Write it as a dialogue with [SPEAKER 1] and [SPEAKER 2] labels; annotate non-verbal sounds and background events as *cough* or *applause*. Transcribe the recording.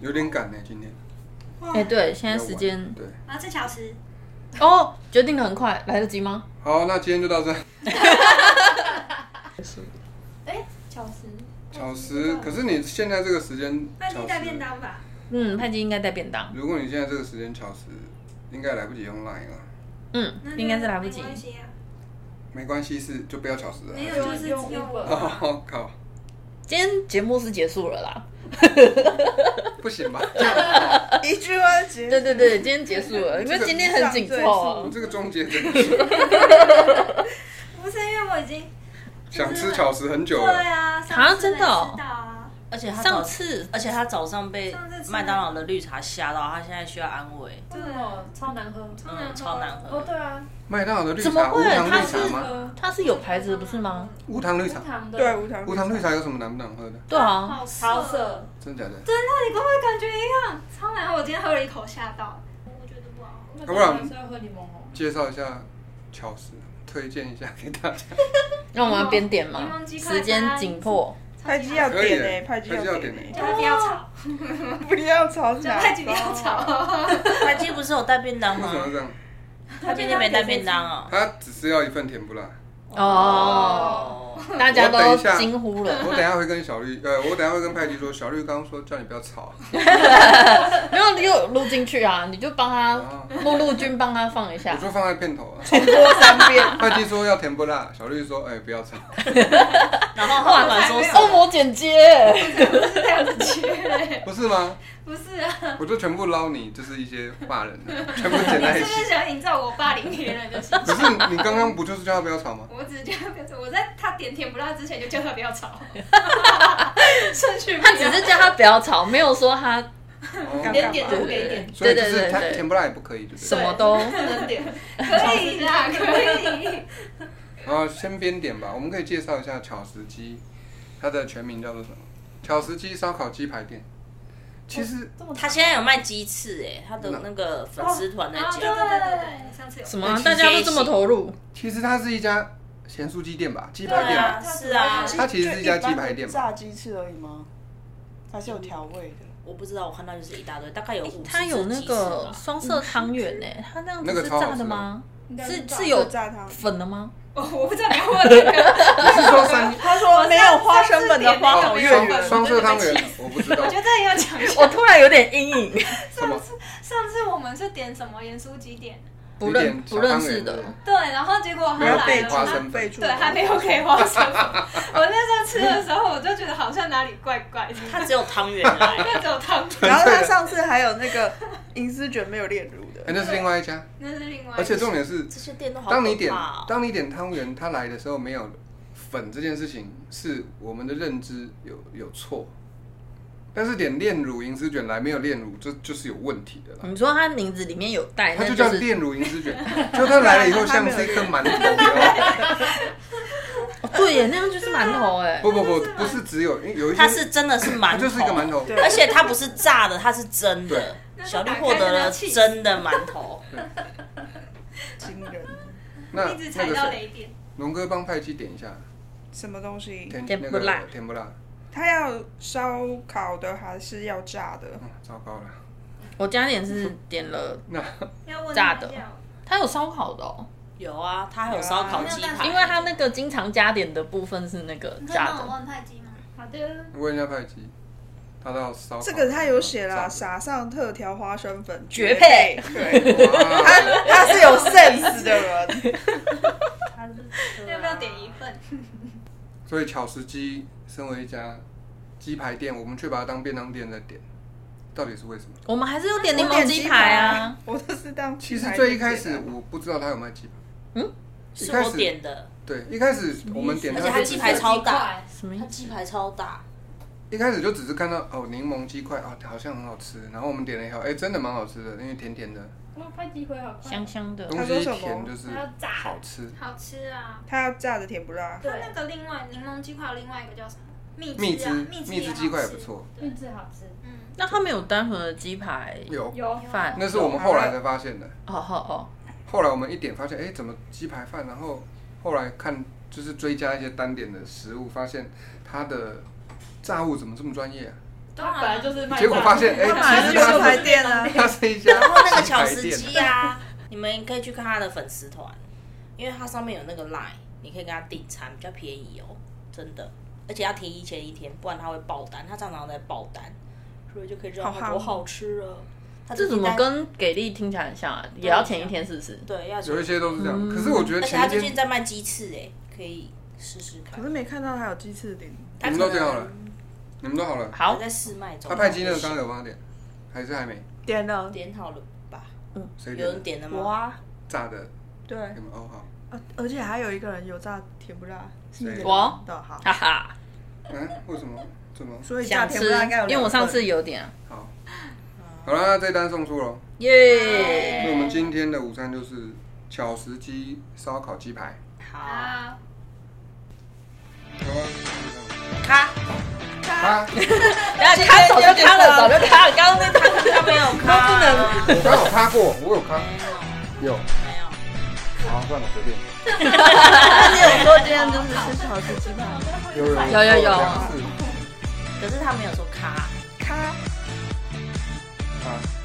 [SPEAKER 1] 有点赶呢，今天。
[SPEAKER 2] 哎、对，现在时
[SPEAKER 1] 比较晚
[SPEAKER 2] 间
[SPEAKER 1] 对，
[SPEAKER 3] 然后这小时，
[SPEAKER 2] 哦，决定的很快，来得及吗？
[SPEAKER 1] 好，那今天就到这。
[SPEAKER 3] 哎，小时，
[SPEAKER 1] 巧时，可是你现在这个时间，
[SPEAKER 3] 那
[SPEAKER 1] 巧
[SPEAKER 3] 你
[SPEAKER 1] 时
[SPEAKER 3] 带便当吧？
[SPEAKER 2] 嗯，派基应该带便当，
[SPEAKER 1] 如果你现在这个时间巧时，应该来不及用 Line 了。
[SPEAKER 2] 嗯
[SPEAKER 3] 那，就
[SPEAKER 2] 应该是来不及
[SPEAKER 3] 没。
[SPEAKER 2] 哦
[SPEAKER 3] 关系啊
[SPEAKER 1] 没关系，是就不要巧时了。
[SPEAKER 3] 没有，就是
[SPEAKER 4] 用
[SPEAKER 3] 用
[SPEAKER 4] 用
[SPEAKER 1] 哦靠，
[SPEAKER 2] 今天节目是结束了啦，
[SPEAKER 1] 不
[SPEAKER 3] *laughs*
[SPEAKER 1] 行吧？
[SPEAKER 5] *laughs*
[SPEAKER 4] 一句话结
[SPEAKER 2] 对对对，今天结束了，因为今天很紧凑啊
[SPEAKER 1] 你。这个终结真的是，
[SPEAKER 3] *laughs* *laughs* 不是因为我已经
[SPEAKER 1] 想吃巧时很久
[SPEAKER 3] 对
[SPEAKER 1] 了。
[SPEAKER 3] 啊，上次
[SPEAKER 2] 啊真的哦
[SPEAKER 3] 没吃到啊，
[SPEAKER 6] 而且他早
[SPEAKER 2] 上，次
[SPEAKER 6] 而且他早上被
[SPEAKER 3] 上次吃
[SPEAKER 6] 麦当劳的绿茶吓到，他现在需要安慰，
[SPEAKER 4] 真的哦超难喝。
[SPEAKER 3] 超难喝
[SPEAKER 6] 嗯，超难喝。
[SPEAKER 4] 哦，对啊，
[SPEAKER 1] 麦当劳的绿
[SPEAKER 2] 怎么
[SPEAKER 1] 茶，无
[SPEAKER 2] 会
[SPEAKER 1] 糖
[SPEAKER 2] 它
[SPEAKER 1] 绿茶
[SPEAKER 3] 啊
[SPEAKER 2] 是
[SPEAKER 1] 吗？
[SPEAKER 2] 他是有牌子的不是吗？
[SPEAKER 1] 无糖绿
[SPEAKER 4] 无
[SPEAKER 1] 茶，
[SPEAKER 4] 糖的，
[SPEAKER 5] 对，无糖
[SPEAKER 1] 无糖绿茶有什么难不难喝的？
[SPEAKER 2] 对啊，
[SPEAKER 3] 好
[SPEAKER 4] 桃
[SPEAKER 3] 涩，
[SPEAKER 4] 色，
[SPEAKER 1] 真的假的？
[SPEAKER 3] 真的，你跟我感觉一样，超难喝。我今天喝了一口，吓到，我觉得不好喝。
[SPEAKER 4] 那
[SPEAKER 1] 要不然
[SPEAKER 4] 当是要喝柠檬哦红。
[SPEAKER 1] 介绍一下巧时，推荐一下给大家。
[SPEAKER 2] 让我们边点嘛
[SPEAKER 3] 柠檬，鸡块
[SPEAKER 2] 时间紧迫。
[SPEAKER 5] 派基要
[SPEAKER 1] 可以
[SPEAKER 5] 点
[SPEAKER 1] 耶
[SPEAKER 5] 诶，派基
[SPEAKER 1] 派基要
[SPEAKER 5] 要
[SPEAKER 1] 点
[SPEAKER 5] 点诶，
[SPEAKER 3] 叫啊他不要吵，
[SPEAKER 5] *laughs* 不要吵
[SPEAKER 3] 叫
[SPEAKER 5] 架，
[SPEAKER 3] 太极不要吵。
[SPEAKER 6] 他今天不是有带便当
[SPEAKER 1] 为
[SPEAKER 6] 吗
[SPEAKER 1] *laughs* 什？么要这样？
[SPEAKER 6] 他今天没带便当哦。
[SPEAKER 1] 他只是要一份甜不辣。
[SPEAKER 2] 哦，
[SPEAKER 6] 哦，
[SPEAKER 2] 大家
[SPEAKER 1] 我等
[SPEAKER 2] 都
[SPEAKER 1] 一下
[SPEAKER 2] 惊呼了
[SPEAKER 1] *laughs* 我。等一下会跟小绿，呃，我等一下会跟派迪说，小绿刚刚说叫你不要吵，
[SPEAKER 2] *laughs* 没有，你有录进去啊，你就
[SPEAKER 1] *laughs*
[SPEAKER 2] 帮
[SPEAKER 1] 哦
[SPEAKER 2] 他目录君帮他放一
[SPEAKER 1] 我
[SPEAKER 2] 下，
[SPEAKER 1] 说放在片头啊。
[SPEAKER 2] *laughs* 重播三遍。
[SPEAKER 1] 派迪说要甜不辣，小绿说哎、不要
[SPEAKER 2] *laughs*
[SPEAKER 1] 吵。
[SPEAKER 6] 然后后来说
[SPEAKER 2] 恶魔剪接，
[SPEAKER 1] 不是吗？
[SPEAKER 3] 不
[SPEAKER 1] *laughs*
[SPEAKER 3] 是啊，
[SPEAKER 1] 我就全部捞你，就是一些骂
[SPEAKER 2] *laughs*
[SPEAKER 1] 人的，全部剪在
[SPEAKER 3] 是
[SPEAKER 1] 一
[SPEAKER 3] 不是
[SPEAKER 1] 起。
[SPEAKER 3] 想营造我霸凌别人的心情？
[SPEAKER 1] 可是你刚刚不就是叫他不要吵
[SPEAKER 2] *laughs*
[SPEAKER 1] 吗？
[SPEAKER 3] 我只是叫他不要吵，我在他点甜不辣之前就叫他不要
[SPEAKER 2] *laughs*
[SPEAKER 3] 吵，顺序不
[SPEAKER 2] 他
[SPEAKER 3] 一
[SPEAKER 2] 只
[SPEAKER 3] 样。
[SPEAKER 2] 是叫他不要吵，没有说他
[SPEAKER 1] 哦，
[SPEAKER 5] 连点
[SPEAKER 4] 都给点，
[SPEAKER 1] 所以就是
[SPEAKER 2] 对对对
[SPEAKER 1] 他
[SPEAKER 2] 对
[SPEAKER 1] 甜不辣也不可以，对不
[SPEAKER 2] 什
[SPEAKER 1] 对？
[SPEAKER 2] 么都。
[SPEAKER 4] 不能点。
[SPEAKER 3] 可以啦，可以。
[SPEAKER 1] 然后先边点吧，我们可以介绍一下巧食鸡，它的全名叫做什么？巧食鸡烧烤鸡排店。其实
[SPEAKER 2] 哦
[SPEAKER 6] 他现在有卖鸡翅哎，他的那个粉丝团在
[SPEAKER 3] 啊，对
[SPEAKER 6] 讲。
[SPEAKER 2] 哦
[SPEAKER 3] 对对对，上次有
[SPEAKER 2] 什么啊？大家都这么投入，
[SPEAKER 1] 其实它是一家咸酥鸡店吧，鸡
[SPEAKER 6] 对
[SPEAKER 1] 排店
[SPEAKER 6] 啊，
[SPEAKER 1] 吧。
[SPEAKER 6] 是啊，
[SPEAKER 1] *laughs* 它其实是一家
[SPEAKER 5] 就般
[SPEAKER 1] 鸡排店吧
[SPEAKER 5] 炸鸡翅而已吗？还是有调味的？
[SPEAKER 6] 我不知道，我看到就是一大堆，大概有五十只
[SPEAKER 2] 他有那
[SPEAKER 6] 鸡翅
[SPEAKER 2] 个
[SPEAKER 6] 吧
[SPEAKER 2] 双色汤圆呢，他那样
[SPEAKER 1] 那
[SPEAKER 2] 子
[SPEAKER 1] 个
[SPEAKER 2] 是
[SPEAKER 1] 超好
[SPEAKER 2] 炸
[SPEAKER 1] 吃的
[SPEAKER 2] 的吗？是
[SPEAKER 4] 炸
[SPEAKER 2] 是有
[SPEAKER 5] 炸汤。
[SPEAKER 2] 粉的吗？
[SPEAKER 3] 哦，我不知道你要问这个，
[SPEAKER 1] 你是说三
[SPEAKER 5] *laughs* 他说没有花生粉的
[SPEAKER 1] 哦
[SPEAKER 5] 花好月
[SPEAKER 1] 双
[SPEAKER 5] 圆，
[SPEAKER 1] 双色汤圆？我不知道
[SPEAKER 3] 我觉得这也要讲一下。
[SPEAKER 2] 我突然有点阴
[SPEAKER 1] *laughs*
[SPEAKER 2] 影，
[SPEAKER 1] 什么。
[SPEAKER 3] 上次我们是点什么盐酥鸡点？
[SPEAKER 2] 不
[SPEAKER 1] 有
[SPEAKER 2] 认
[SPEAKER 1] 点
[SPEAKER 2] 不
[SPEAKER 1] 小
[SPEAKER 2] 认
[SPEAKER 1] 汤圆
[SPEAKER 2] 识
[SPEAKER 1] 对
[SPEAKER 2] 的
[SPEAKER 1] 不。
[SPEAKER 3] 对，
[SPEAKER 1] 对
[SPEAKER 3] 然后结果他
[SPEAKER 1] 没有
[SPEAKER 3] 来
[SPEAKER 1] 备
[SPEAKER 5] 备
[SPEAKER 3] 了，
[SPEAKER 1] 花
[SPEAKER 5] 花
[SPEAKER 1] 生
[SPEAKER 5] 生
[SPEAKER 1] 备
[SPEAKER 5] 备
[SPEAKER 1] 注
[SPEAKER 5] 注，
[SPEAKER 3] 对，还没有给花生。我那时候吃的时候，我就觉得好像哪里怪怪的，
[SPEAKER 6] 他只有汤圆啊
[SPEAKER 1] *laughs*
[SPEAKER 6] 来，
[SPEAKER 3] 那只有汤圆，
[SPEAKER 5] 然后他上次还有那个银丝卷没有炼乳
[SPEAKER 1] 哎，
[SPEAKER 5] 的，
[SPEAKER 1] 那是另外一家，
[SPEAKER 3] 那是另外一个。
[SPEAKER 1] 而且重点是，
[SPEAKER 6] 这些店都好可怕哦
[SPEAKER 1] 当你点当你点汤圆，它来的时候没有粉这件事情，是我们的认知有有错。但是点炼乳银丝卷来没有炼乳，这就是有问题的啦。
[SPEAKER 2] 你说他名字里面有带，
[SPEAKER 1] 它
[SPEAKER 2] 嗯那
[SPEAKER 1] 就叫
[SPEAKER 2] 是
[SPEAKER 1] 炼乳银丝
[SPEAKER 2] *laughs*
[SPEAKER 1] 卷，就它来了以后像是一颗馒头你知道吗。
[SPEAKER 2] 哦对耶，那样就是馒头哎。
[SPEAKER 1] 不不不，不是只有，因为有一些
[SPEAKER 6] 他是真的是馒
[SPEAKER 1] 它
[SPEAKER 6] 头，
[SPEAKER 1] 就是一个馒头。
[SPEAKER 5] 对
[SPEAKER 6] 而且它不是炸的，它是蒸的。
[SPEAKER 1] 对
[SPEAKER 6] 小绿获得了真的馒头，
[SPEAKER 5] 惊人，
[SPEAKER 1] 那
[SPEAKER 3] 一直
[SPEAKER 1] 那
[SPEAKER 3] 踩
[SPEAKER 1] 个
[SPEAKER 3] 到
[SPEAKER 1] 谁，
[SPEAKER 3] 雷点，
[SPEAKER 1] 龙哥帮派去点一下，
[SPEAKER 5] 什么东西？
[SPEAKER 1] 甜
[SPEAKER 2] 甜
[SPEAKER 1] 那
[SPEAKER 2] 不辣
[SPEAKER 1] 个甜不辣，
[SPEAKER 5] 他要烧烤的还是要炸的？
[SPEAKER 1] 嗯，糟糕了。
[SPEAKER 2] 我家点是
[SPEAKER 1] 嗯
[SPEAKER 2] 点了，
[SPEAKER 1] 那
[SPEAKER 3] 要问
[SPEAKER 2] 炸的他有烧烤的哦，
[SPEAKER 6] 有啊，它还有烧烤鸡
[SPEAKER 1] 啊
[SPEAKER 6] 排，
[SPEAKER 2] 因为他那个经常加点的部分是那个炸的。
[SPEAKER 3] 问太极吗？好的，
[SPEAKER 1] 问一下派基，他到烧烤
[SPEAKER 5] 这个他有写啦，
[SPEAKER 1] 炸
[SPEAKER 5] 撒上特调花生粉，
[SPEAKER 2] 绝配。
[SPEAKER 5] 对，
[SPEAKER 1] 的哇
[SPEAKER 5] 他 *laughs* 他是有 sense 的人，
[SPEAKER 3] 要不要点一份？
[SPEAKER 1] 所以巧食鸡身为一家鸡排店，我们却把它当便当店在点，到底是为什么？
[SPEAKER 2] 我们还是有 *laughs* 点柠
[SPEAKER 5] 我
[SPEAKER 2] 檬
[SPEAKER 5] 点
[SPEAKER 2] 鸡排啊，，
[SPEAKER 5] 我都是当
[SPEAKER 1] 其
[SPEAKER 5] 鸡
[SPEAKER 1] 实
[SPEAKER 5] 排
[SPEAKER 1] 最一开
[SPEAKER 5] 点
[SPEAKER 1] 始
[SPEAKER 5] 的
[SPEAKER 1] 我不知道他有卖鸡排，一
[SPEAKER 6] 是
[SPEAKER 1] 开始
[SPEAKER 6] 我点的，
[SPEAKER 1] 对，一开始我们点
[SPEAKER 6] 而
[SPEAKER 1] 它
[SPEAKER 6] 且它
[SPEAKER 1] 就
[SPEAKER 6] 鸡
[SPEAKER 1] 只
[SPEAKER 6] 排
[SPEAKER 1] 是
[SPEAKER 6] 超大，
[SPEAKER 2] 什么意
[SPEAKER 6] 它
[SPEAKER 2] 思
[SPEAKER 6] 鸡排超大，
[SPEAKER 1] 一开始就只是看到哦柠檬鸡块啊，好像很好吃，然后我们点了以后，哎、真的蛮好吃的，因为甜甜的
[SPEAKER 4] 哇，拍机会好快。
[SPEAKER 2] 香香的。
[SPEAKER 1] 东
[SPEAKER 5] 说
[SPEAKER 1] 西
[SPEAKER 5] 什么
[SPEAKER 1] 甜就是
[SPEAKER 4] 它要炸
[SPEAKER 1] 好吃，
[SPEAKER 3] 好吃啊！
[SPEAKER 5] 他要炸的甜不辣，
[SPEAKER 3] 它那个另外柠檬鸡块，另外一个叫什么？蜜
[SPEAKER 1] 蜜
[SPEAKER 3] 汁
[SPEAKER 1] 汁
[SPEAKER 3] 啊，
[SPEAKER 1] 蜜汁
[SPEAKER 3] 汁
[SPEAKER 1] 鸡块也不。错，
[SPEAKER 4] 玉制好吃。
[SPEAKER 3] 嗯，
[SPEAKER 2] 那他们有单纯的鸡排
[SPEAKER 1] 有，
[SPEAKER 4] 有
[SPEAKER 2] 饭？
[SPEAKER 1] 那是我们后来才发现的。
[SPEAKER 2] 哦哦哦，
[SPEAKER 1] 后来我们一点发现，哎，怎么鸡排饭？然后后来看就是追加一些单点的食物，发现它的炸物怎么这么专业啊？
[SPEAKER 3] 当
[SPEAKER 2] 他
[SPEAKER 3] 然
[SPEAKER 2] 本来就是卖
[SPEAKER 1] 结果发现，哎、
[SPEAKER 5] 他本来
[SPEAKER 1] 其
[SPEAKER 5] 就
[SPEAKER 1] 实它
[SPEAKER 5] 是秀才
[SPEAKER 1] 是
[SPEAKER 5] 店啊，
[SPEAKER 1] 它是一家
[SPEAKER 6] 然后 *laughs* 那个
[SPEAKER 1] 洗
[SPEAKER 6] 巧
[SPEAKER 1] 牌
[SPEAKER 6] 石
[SPEAKER 1] 店
[SPEAKER 6] 机
[SPEAKER 2] *laughs*
[SPEAKER 6] 啊，你们可以去看他的粉丝团，因为它上面有那个 line，你可以跟他订餐，比较便宜哦，真的。而且要提前一天，不然他会爆单，他常常在爆单，所以就可以知道
[SPEAKER 5] 好
[SPEAKER 6] 它
[SPEAKER 5] 夯
[SPEAKER 6] 多好吃啊。它
[SPEAKER 2] 这
[SPEAKER 6] 的
[SPEAKER 2] 怎么
[SPEAKER 6] 订单
[SPEAKER 2] 跟给力听起来很像啊？也要前一天试试。
[SPEAKER 6] 对要
[SPEAKER 1] 有一些都是这样。可是我觉得
[SPEAKER 6] 嗯而且
[SPEAKER 1] 前
[SPEAKER 6] 他
[SPEAKER 1] 一
[SPEAKER 6] 最近
[SPEAKER 1] 天
[SPEAKER 6] 在卖鸡翅哎、可以试试看
[SPEAKER 5] 可。是没看到还有鸡翅顶，
[SPEAKER 6] 他哦
[SPEAKER 1] 你们
[SPEAKER 6] 可
[SPEAKER 1] 都这样好了
[SPEAKER 6] 能
[SPEAKER 1] 你们都好了，
[SPEAKER 2] 好
[SPEAKER 6] 还，在试卖中。
[SPEAKER 1] 他派鸡那个刚刚有帮他点，还是还没？
[SPEAKER 5] 点了，
[SPEAKER 6] 点好了吧？有
[SPEAKER 1] 谁点
[SPEAKER 6] 人
[SPEAKER 1] 的？
[SPEAKER 6] 点了
[SPEAKER 5] 我
[SPEAKER 6] 吗？
[SPEAKER 5] 啊，
[SPEAKER 1] 炸的？
[SPEAKER 5] 对，
[SPEAKER 1] 你们哦好，
[SPEAKER 5] 啊而且还有一个人油炸甜不辣，是
[SPEAKER 1] 谁
[SPEAKER 5] 你
[SPEAKER 2] 我
[SPEAKER 5] 的好，
[SPEAKER 2] 哈哈，
[SPEAKER 1] 嗯、为什么？怎么？
[SPEAKER 5] 所以炸
[SPEAKER 2] 想
[SPEAKER 5] 甜
[SPEAKER 2] 吃
[SPEAKER 5] 不辣应该有，两
[SPEAKER 2] 因为我上
[SPEAKER 5] 份
[SPEAKER 2] 次有点啊，
[SPEAKER 1] 好，好了，那这单送出了。
[SPEAKER 2] 耶。
[SPEAKER 6] 哎
[SPEAKER 1] 那我们今天的午餐就是巧石鸡烧烤鸡排。
[SPEAKER 6] 好，
[SPEAKER 3] 啊，
[SPEAKER 1] 好啊就
[SPEAKER 6] 咔，
[SPEAKER 1] 这样啊！
[SPEAKER 2] 然后他早就他了，早就他了，刚刚那他
[SPEAKER 6] 他没有咔，不能
[SPEAKER 1] 我刚有趴过，我有趴，有。
[SPEAKER 6] 没有。
[SPEAKER 1] 好，算了，随便。
[SPEAKER 5] 你有 *laughs* 说今天就是吃巧吃鸡吗？
[SPEAKER 1] 有人
[SPEAKER 2] 有有有
[SPEAKER 1] 两次
[SPEAKER 6] 可是他没有说咔。
[SPEAKER 5] 咔。
[SPEAKER 1] 啊。